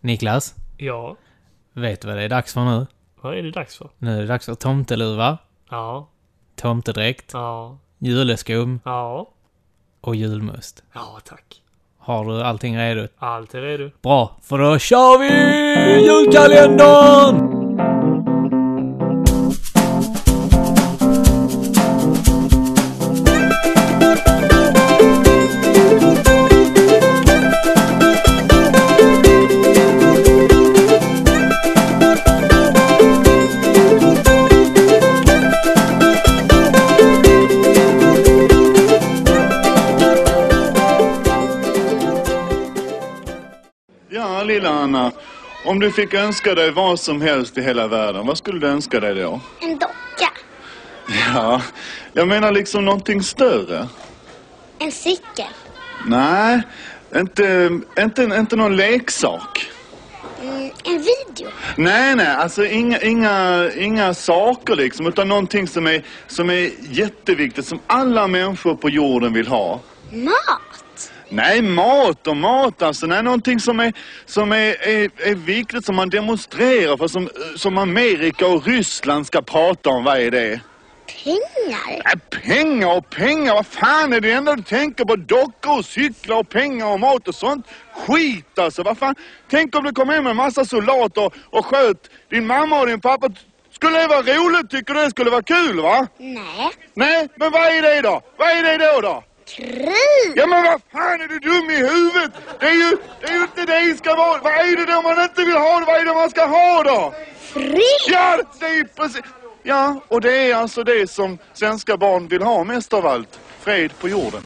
Niklas, Ja, vet du vad det är dags för nu? vad är det dags för? Nu är det dags för tomteluva, Ja, tomtedräkt, ja, juleskum ja. och julmust. Ja, tack. Har du allting redo? Allt är redo. Bra, för då kör vi julkalendern! Ja, lilla Anna. Om du fick önska dig vad som helst i hela världen, vad skulle du önska dig då? En docka. Ja, jag menar liksom någonting större. En cykel. Nej, inte, inte, inte någon leksak. Mm, en video. Nej, nej, alltså inga, inga, inga saker liksom, utan någonting som är, som är jätteviktigt, som alla människor på jorden vill ha. Mat. Nej, mat och mat alltså. Nej, någonting som är, som är, är, är viktigt, som man demonstrerar för, som, som Amerika och Ryssland ska prata om. Vad är det? Pengar. Nej, pengar och pengar. Vad fan är det enda du tänker på? Dockor och cyklar och pengar och mat och sånt. Skit alltså, vad fan. Tänk om du kom hem med en massa soldater och, och sköt din mamma och din pappa. Skulle det vara roligt? Tycker du det skulle vara kul, va? Nej. Nej, men vad är det då? Vad är det då då? Krig. Ja men vad fan är du dum i huvudet? Det är ju, det är ju inte det det ska vara. Vad är det då man inte vill ha? Vad är det man ska ha då? Fred. Ja, det är ju precis. Ja, och det är alltså det som svenska barn vill ha mest av allt. Fred på jorden.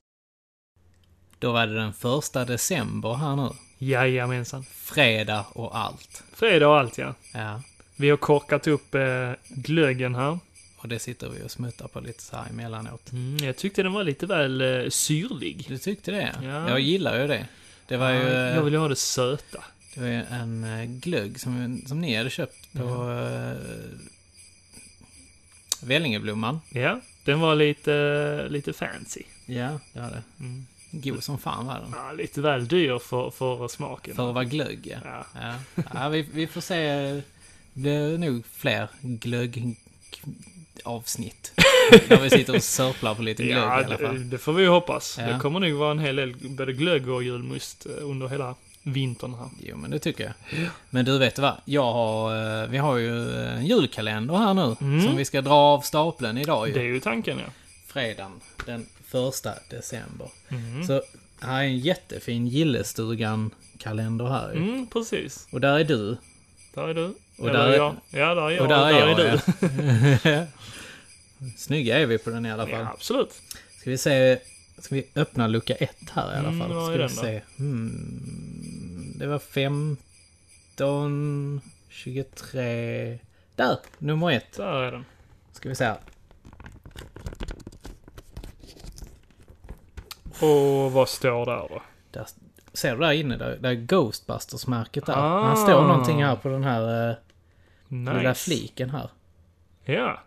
Då var det den första december här nu. Jajamensan. Fredag och allt. Fredag och allt, ja. Ja, Vi har korkat upp eh, glöggen här. och det sitter vi och smuttar på lite så här emellanåt. Mm, jag tyckte den var lite väl eh, syrlig. Du tyckte det? Ja. Jag gillar ju det. Det var ju... eh, Jag vill ha det söta. Det var ju en eh, glögg som, som ni hade köpt på eh, Vällingeblomman. Ja, den var lite, eh, lite fancy. Ja, det var det. Mm. God som fan var den. Ja, lite väl dyr för, för smaken. För att vara glögg, ja. Ja. ja. ja vi, vi får se. eh, Det blir nog fler glögg-avsnitt. Där vi sitter och sörplar på lite glögg i alla Ja, det, fall. det får vi ju hoppas. Ja. Det kommer nog vara en hel del både glögg och julmust eh, under hela vintern här. Jo, men det tycker jag. Men du, vet du vad? Jag har, eh, vi har ju eh, en julkalender här nu. Som vi ska dra av stapeln idag ju. Mm. Det är ju tanken, ja. fredagen den första december. Mm. Så här är en jättefin Gillestugan-kalender här ju. Mm, precis. Och där är du. Där är du. Och Eller där är- jag. Ja, där är jag. och där är du. jag. ja. Snygga är vi på den i alla fall. Ja, absolut. Ska vi se... Ska vi öppna lucka ett här i alla Mm, fall? vad Ska är vi den då? se. Hmm, det var 15... 23... Där! Nummer ett. Där är den. Ska vi se här. Och vad står där då? Där, ser du där inne? Där, där är Ghostbusters-märket där. Ah. Han står någonting här på den här... eh, lilla Nice. fliken här. Ja.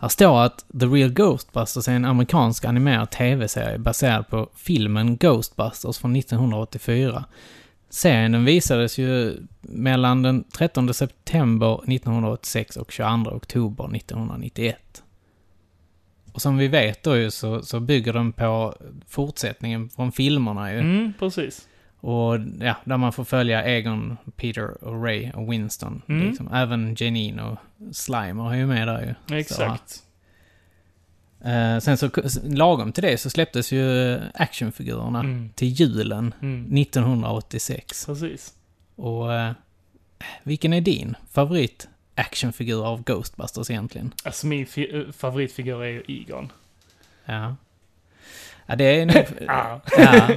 Här står att The Real Ghostbusters är en amerikansk animerad tv-serie baserad på filmen Ghostbusters från 1984. Serien den visades ju mellan den 13 september 1986 och 22 oktober 1991. Och som vi vet då ju så, så bygger den på fortsättningen från filmerna ju. Mm, precis. Och ja, där man får följa Egon, Peter och Ray och Winston. Mm. Liksom. Även Janine och Slimer är ju med där ju. Exakt. Så, eh, sen så, lagom till det så släpptes ju actionfigurerna Mm. till julen Mm, 1986. precis. Och eh, vilken är din favorit actionfigur av Ghostbusters egentligen? Alltså min fi- eh, favoritfigur är ju Egon. Ja. Ja, det är nog... Ah. ja.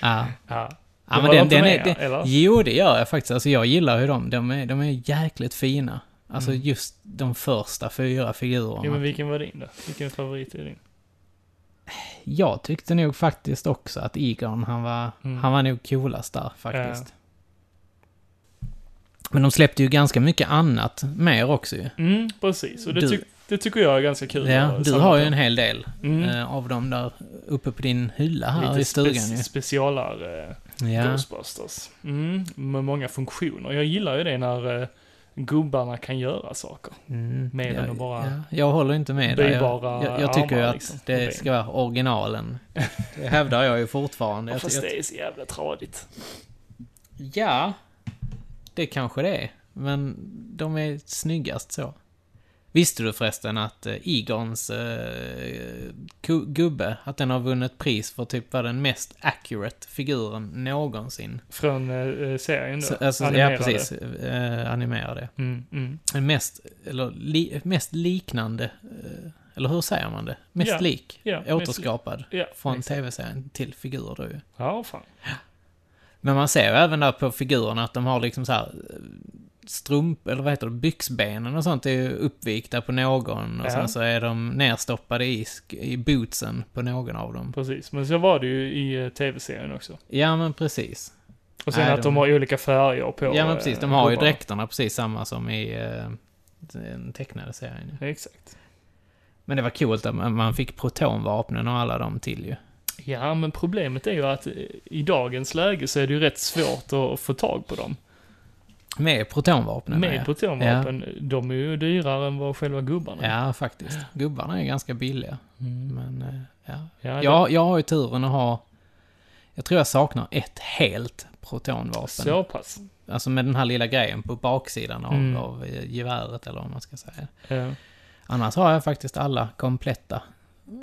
ja. Ja. Ja, Det men var den, inte den med, är, den, eller? Jo, det gör jag faktiskt. Alltså, jag gillar hur de, de är, de är jäkligt fina. Alltså just de första fyra figurerna. Ja, Mm. men vilken var din då? Vilken favorit är din? Jag tyckte nog faktiskt också att Egon, han var, Mm. han var nog coolast där faktiskt. Men de släppte ju ganska mycket annat mer också ju. Mm, precis. Och det, Du- tyck- det tycker jag är ganska kul. Ja, att du har ju sammanfatta. en hel del Mm. eh, av dem där uppe på din hylla här i Lite stugan spe- ju. specialare Ja. Ghostbusters. Mm, med många funktioner. Jag gillar ju det när eh, gubbarna kan göra saker. Mm. Mer än jag, att bara ja, jag håller inte med dig. Jag, böjbara jag, jag tycker ju armar, att liksom, och ben. det ska vara originalen. Det hävdar jag ju fortfarande. Ja, Jag, fast jag, det är så jävla tradigt. ja, det kanske det är. Men de är snyggast så. Visste du förresten att eh, Egons eh, ku- gubbe, att den har vunnit pris för typ vara den mest accurate figuren någonsin? Från eh, serien då. Så, alltså, ja, animerade. precis. Eh, animerade. Mm, mm. Den mest, eller, li, mest liknande, eh, eller hur säger man det? Mest Ja, lik, ja, mest återskapad Ja, från exakt. tv-serien till figurer då ju. Ja, fan. Men man ser ju även där på figurerna att de har liksom så här eh, strump, eller vad heter det, byxbenen och sånt är ju uppvikta på någon och Ja. sen så är de nerstoppade i, sk- i bootsen på någon av dem. Precis. Men så var det ju i eh, tv-serien också. Ja men precis. Och sen Nej, att de de- har olika färger på eh, Ja men precis, de har ju gubbarna. dräkterna precis samma som i eh, den tecknade serien. ju. Ja, Exakt. Men det var coolt att man man fick protonvapnen och alla dem till ju. Ja, men problemet är ju att eh, i dagens läge så är det ju rätt svårt att få tag på dem. Med protonvapnen Med ja. protonvapen, de är ju dyrare än vad själva gubbarna är. Ja, faktiskt. Gubbarna är ganska billiga. Men, eh, ja. Mm. Ja, det- Jag, jag har ju turen att ha... Jag tror jag saknar ett helt protonvapen. Så pass. Alltså med den här lilla grejen på baksidan av, Mm. av eh, geväret, eller vad man ska säga. Eh, Annars har jag faktiskt alla kompletta.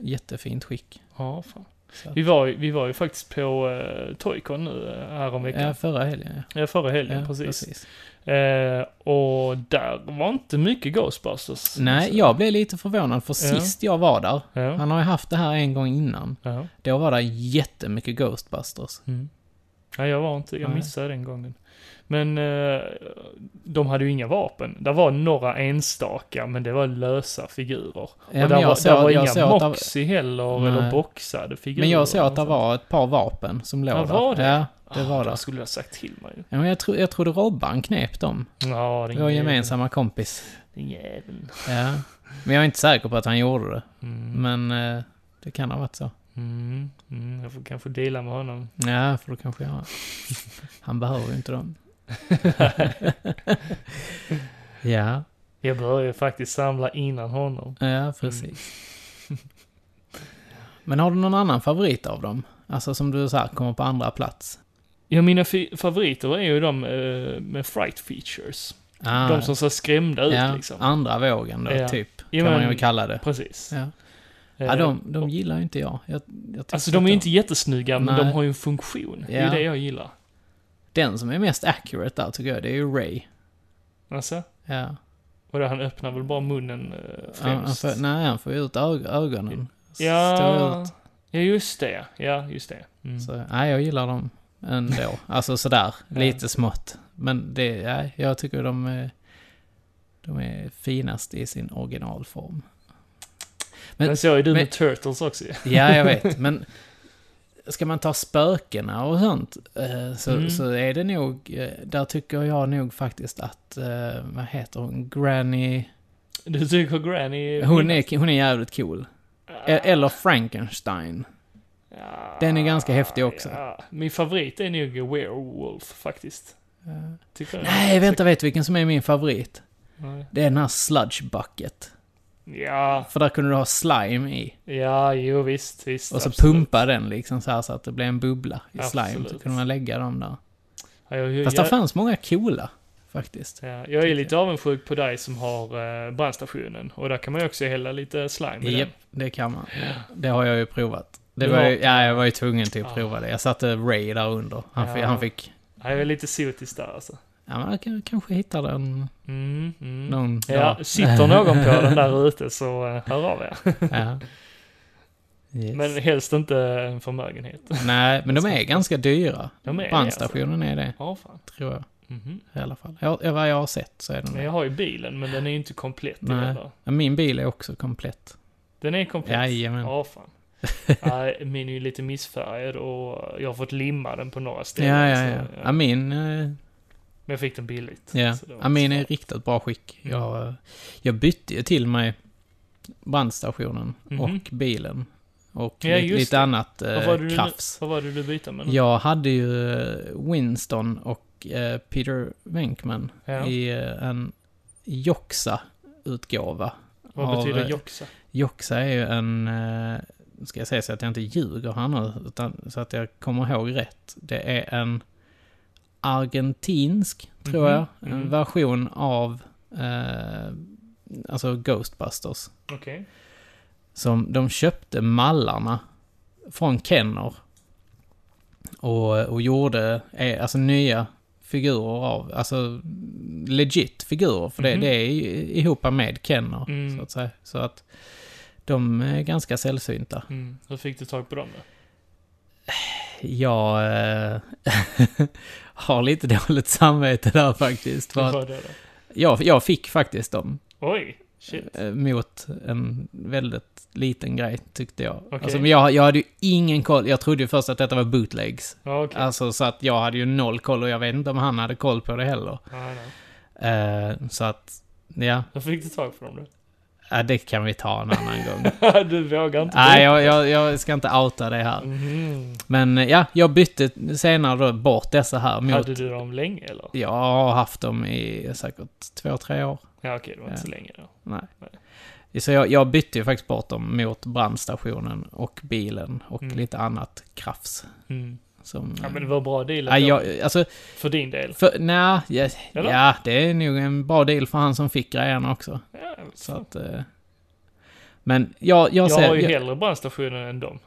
Jättefint skick. Ja, fan. Så att- Vi var, ju- vi var ju faktiskt på uh, Toycon nu eh, häromveckan. Ja, förra helgen, ja. Ja, förra helgen, ja precis. Eh, och där var inte mycket Ghostbusters. Nej, Så- jag blev lite förvånad, för Ja. sist jag var där, Ja. han har ju haft det här en gång innan, Ja. då var det jättemycket Ghostbusters. Nej, jag var inte, jag Nej. missade den gången. Men eh, de hade ju inga vapen. Det var några enstaka, men det var lösa figurer. Ja, och men där jag var, såg- där var jag såg inga att det- Moxie heller, Nej. eller boxade figurer. Men jag såg att det och var ett par vapen som låg alltså. Ja, där. var det? Ja, sånt. det var ah, det. det. skulle jag ha sagt till mig. Ja, men jag, tro, jag trodde Robban knep dem. Ja, den Vår jäveln. gemensamma kompis. Den jäveln. Ja. Men jag är inte säker på att han gjorde det. Mm, Men eh, det kan ha varit så. mm, mm, jag får kanske dela med honom. Ja, för då kanske jag... Han behöver ju inte dem. ja, Jag började ju faktiskt samla innan honom. ja, precis. Men har du någon annan favorit av dem? Alltså som du så här kommer på andra plats? Ja, mina fi- favoriter är ju de eh, med fright features. Ah, De som ser skrämda ut ja, liksom. andra vågen då, Ja. typ. Kan Ja, man men- ju kalla det. Precis. Ja. Eh, Ja, de, de gillar ju inte jag. jag, jag tycker Alltså de är ju inte jättesnygga, men Nej. de har ju en funktion. Det är Ja. ju det jag gillar. Den som är mest accurate där tycker jag, det är ju Ray. Alltså, Ja. och då han öppnar väl bara munnen eh, Han, han främst. får, nej, han får ut ög- ögonen. Står ja, ut. ja, just det. Ja, just det. Mm. Så, nej, jag gillar dem ändå. alltså sådär, lite smått. Men det, nej, jag tycker de är, de är finast i sin originalform. Men- Men så är du men- med Turtles också ju. Ja, jag vet, men ska man ta spökena och sånt eh, så, Mm. så är det nog, eh, där tycker jag nog faktiskt att, eh, vad heter hon, Granny, Du tycker Granny är hon är, hon är jävligt cool. E- Eller Frankenstein. Ja, Den är ganska häftig också. ja. Min favorit är nog Werewolf faktiskt. Tycker jag. Nej, vänta, vet du vilken som är min favorit? Nej. Det är den här Sludge Bucket. Ja, För där kunde du ha slime i. ja, jo visst, visst. Och så absolut. pumpa den liksom så här så att det blev en bubbla i slime. Så Absolut. kunde man lägga dem där. Ja, jag, jag, Fast där fanns många coola, faktiskt. ja, Eh, jag är lite avundsjuk på dig som har eh, brandstationen. Och där kan man ju också hälla lite slime i Japp, den. det kan man. Det har jag ju provat. Det Du var har- ju, ja, jag var ju tvungen till att Ah. prova det. Jag satte Ray där under. Han, fick, Ja. han fick... Ja, jag är lite sotis där alltså. Ja, men jag kan- kanske hittar den Mm, mm. någon Ja, sitter någon på den där ute så eh, hör av er. Ja. Yes. Men helst inte en förmögenhet. Nej, men de är ganska dyra. De är det, alltså. Brandstationen är det, Ja, fan. tror jag. Mhm. I alla fall. Jag, vad jag har sett så är den Men det. jag har ju bilen, men den är ju inte komplett i Nej. den där. Ja, Min bil är också komplett. Den är komplett. Jajamän. Ja, fan. Nej, min är ju lite missfärgad och jag har fått limma den på några Ja, ställen. ja, så, ja. ja. Min, eh, Men jag fick den billigt. ja. alltså. så det var ja, min inte är i så riktigt bra skick. Mm. Jag, eh, jag bytte ju till mig brandstationen Mhm. och bilen och Ja, li- just lite det. annat Vad var, det eh, du, krafs. vad var det du bytte med? nu? Jag hade ju eh, Winston och eh, Peter Venkman Ja. i eh, en Joxa-utgåva. Vad av, betyder eh, joxa? Joxa är ju en, eh, ska jag säga så att jag inte ljuger här nu, utan så att jag kommer ihåg rätt. Det är en argentinsk, tror Mhm, jag, en mhm. version av, eh, alltså Ghostbusters. Okej. Som de köpte mallarna från Kenner. Och, och gjorde, eh, alltså nya figurer av, alltså legit figurer, för det, Mhm. det är i- ihop med Kenner, Mm. så att säga. Så att de är ganska sällsynta. Mm. Hur fick du tag på dem då? Jag eh, har lite dåligt samvete där faktiskt. För Vad att var det då? jag, jag fick faktiskt dem. Oj, shit. eh, mot en väldigt liten grej, tyckte jag. Okej. Alltså, men jag, jag hade ju ingen koll. Jag trodde ju först att detta var bootlegs. Ja, okej. Alltså, så att jag hade ju noll koll och jag vet inte om han hade koll på det heller. Nej, nej. Eh, så att, ja, Hur fick du tag på dem då? ja, det kan vi ta en annan gång. du vågar inte. Nej, jag, jag, jag ska inte outa det här. Mhm. Men eh, ja, jag bytte senare då bort dessa här mot... Hade du dem länge eller? Jag har haft dem i säkert två, tre år. Ja, okej, det var inte Ja. så länge då. Nej. Så jag, jag bytte ju faktiskt bort dem mot brandstationen och bilen och Mm. lite annat krafs. Mm. Som, Ja, men det var en bra deal ja, ändå, jag, alltså, för din del. för, nej, ja, Eller? ja, det är nog en bra deal för han som fick grejerna också. Ja, jag vet Så fan. att, eh, men jag, jag, jag ser, har ju jag, hellre brandstationen än dem.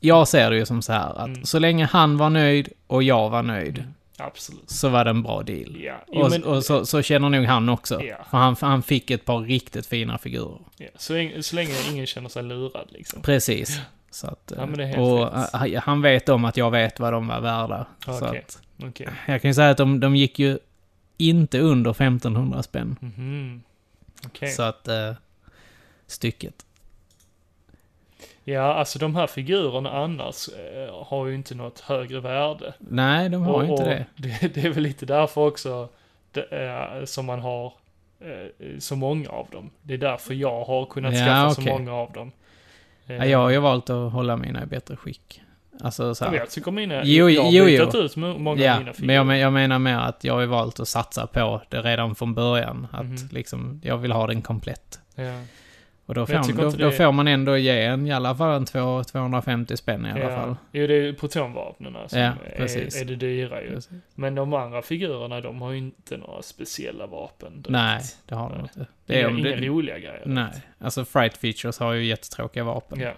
jag ser det ju som så här att Mm. så länge han var nöjd och jag var nöjd Mm. Absolut. så var det en bra deal. Ja, jo, Och, men, och så, så känner nog han också. Ja. För han, han fick ett par riktigt fina figurer. ja, så, länge, så länge ingen känner sig lurad liksom. Precis. Så att, Ja, men det är helt och eh, rätt. han- han vet om att jag vet vad de var värda. Så Okej. att, Okej. jag kan ju säga att de, de gick ju inte under 1500 spänn. Mhm. Okej. Så att... Eh, stycket. Ja, alltså de här figurerna annars eh, har ju inte något högre värde. Nej, de har och, ju inte och eh. det. det. Det är väl lite därför också det, eh, som man har eh, så många av dem. Det är därför jag har kunnat Ja, skaffa så okej. många av dem. Eh, Ja, jag har ju valt att hålla mina i bättre skick. Alltså så Jag här, vet, tycker mina... Jo, jag har jo, jo. bytt ut mo- många av Ja, mina figurer. men jag, men jag menar mer att jag har ju valt att satsa på det redan från början. Att Mhm. liksom, jag vill ha den komplett. ja. Och då Men jag får, tycker då, inte då det- får man ändå ge en, i alla fall en två- 250 spänn i alla fall. Ja. Jo, det är ju protonvapnen som Ja, precis. är, är det dyra ju. Precis. Men de andra figurerna, de har ju inte några speciella vapen. direkt. Nej, det har de Nej. inte. Det är om inga det- roliga grejer. Nej, alltså Fright Features har ju jättetråkiga vapen. Ja.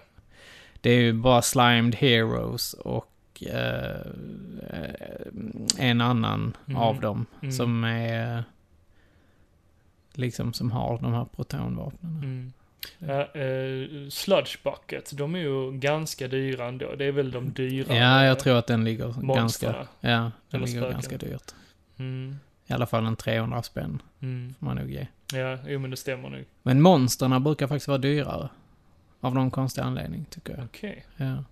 Det är ju bara Slimed Heroes och eh, eh, en annan Mhm. av dem Mm. som är eh, liksom som har de här protonvapnen. Mm. Ja, eh, sludge bucket, de är ju ganska dyra ändå. Det är väl de dyra. Ja, jag tror att den ligger ganska, Monsterna. ja, den Eller ligger spöken. ganska dyrt. Mm. I alla fall en 300 spänn Mm. får man nog ge. Ja, jo men det stämmer nog. Men monsterna brukar faktiskt vara dyrare. Av någon konstig anledning, tycker jag. Okej. Ja.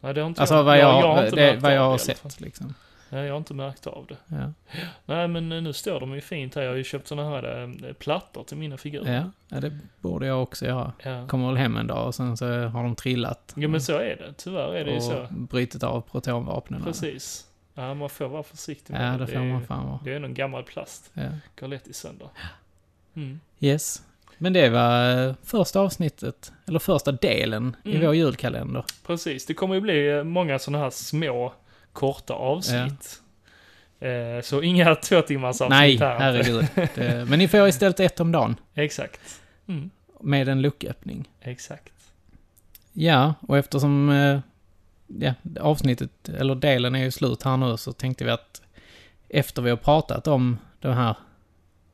Nej, det har inte Alltså vad jag, jag, inte det, märkt vad av jag det har i alla fall. sett, liksom. Nej, jag har inte märkt av det. Ja. Nej, men eh, nu står de ju fint här. Jag har ju köpt såna här eh, plattor till mina figurer. Ja, ja, det borde jag också göra. Ja. Kommer väl hem en dag och sen så har de trillat. ja, men så är det. Tyvärr är det ju så. Mm. och brutit av protonvapnen. Precis. Ja, man får vara försiktig med Ja, det får är, man fan vara. Det är någon gammal plast. Ja. Går lätt i sönder. Mm. Yes. Men det var eh, första avsnittet, eller första delen i Mm. vår julkalender. Precis, det kommer ju bli eh, många sådana här små, korta avsnitt. Eh, Så inga två timmars avsnitt Nej, här. herregud. Det, men ni får istället ett om dagen, Exakt. Mm, med en lucköppning. exakt. Ja, och eftersom eh, ja, avsnittet, eller delen är ju slut här nu, så tänkte vi att efter vi har pratat om de här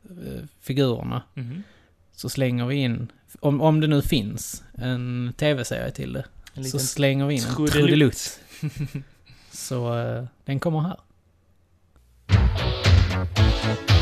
eh, figurerna, Mhm. så slänger vi in, om, om det nu finns en tv-serie till det, En så liten slänger vi in en trudelutt. trudelutt. så eh, den kommer här.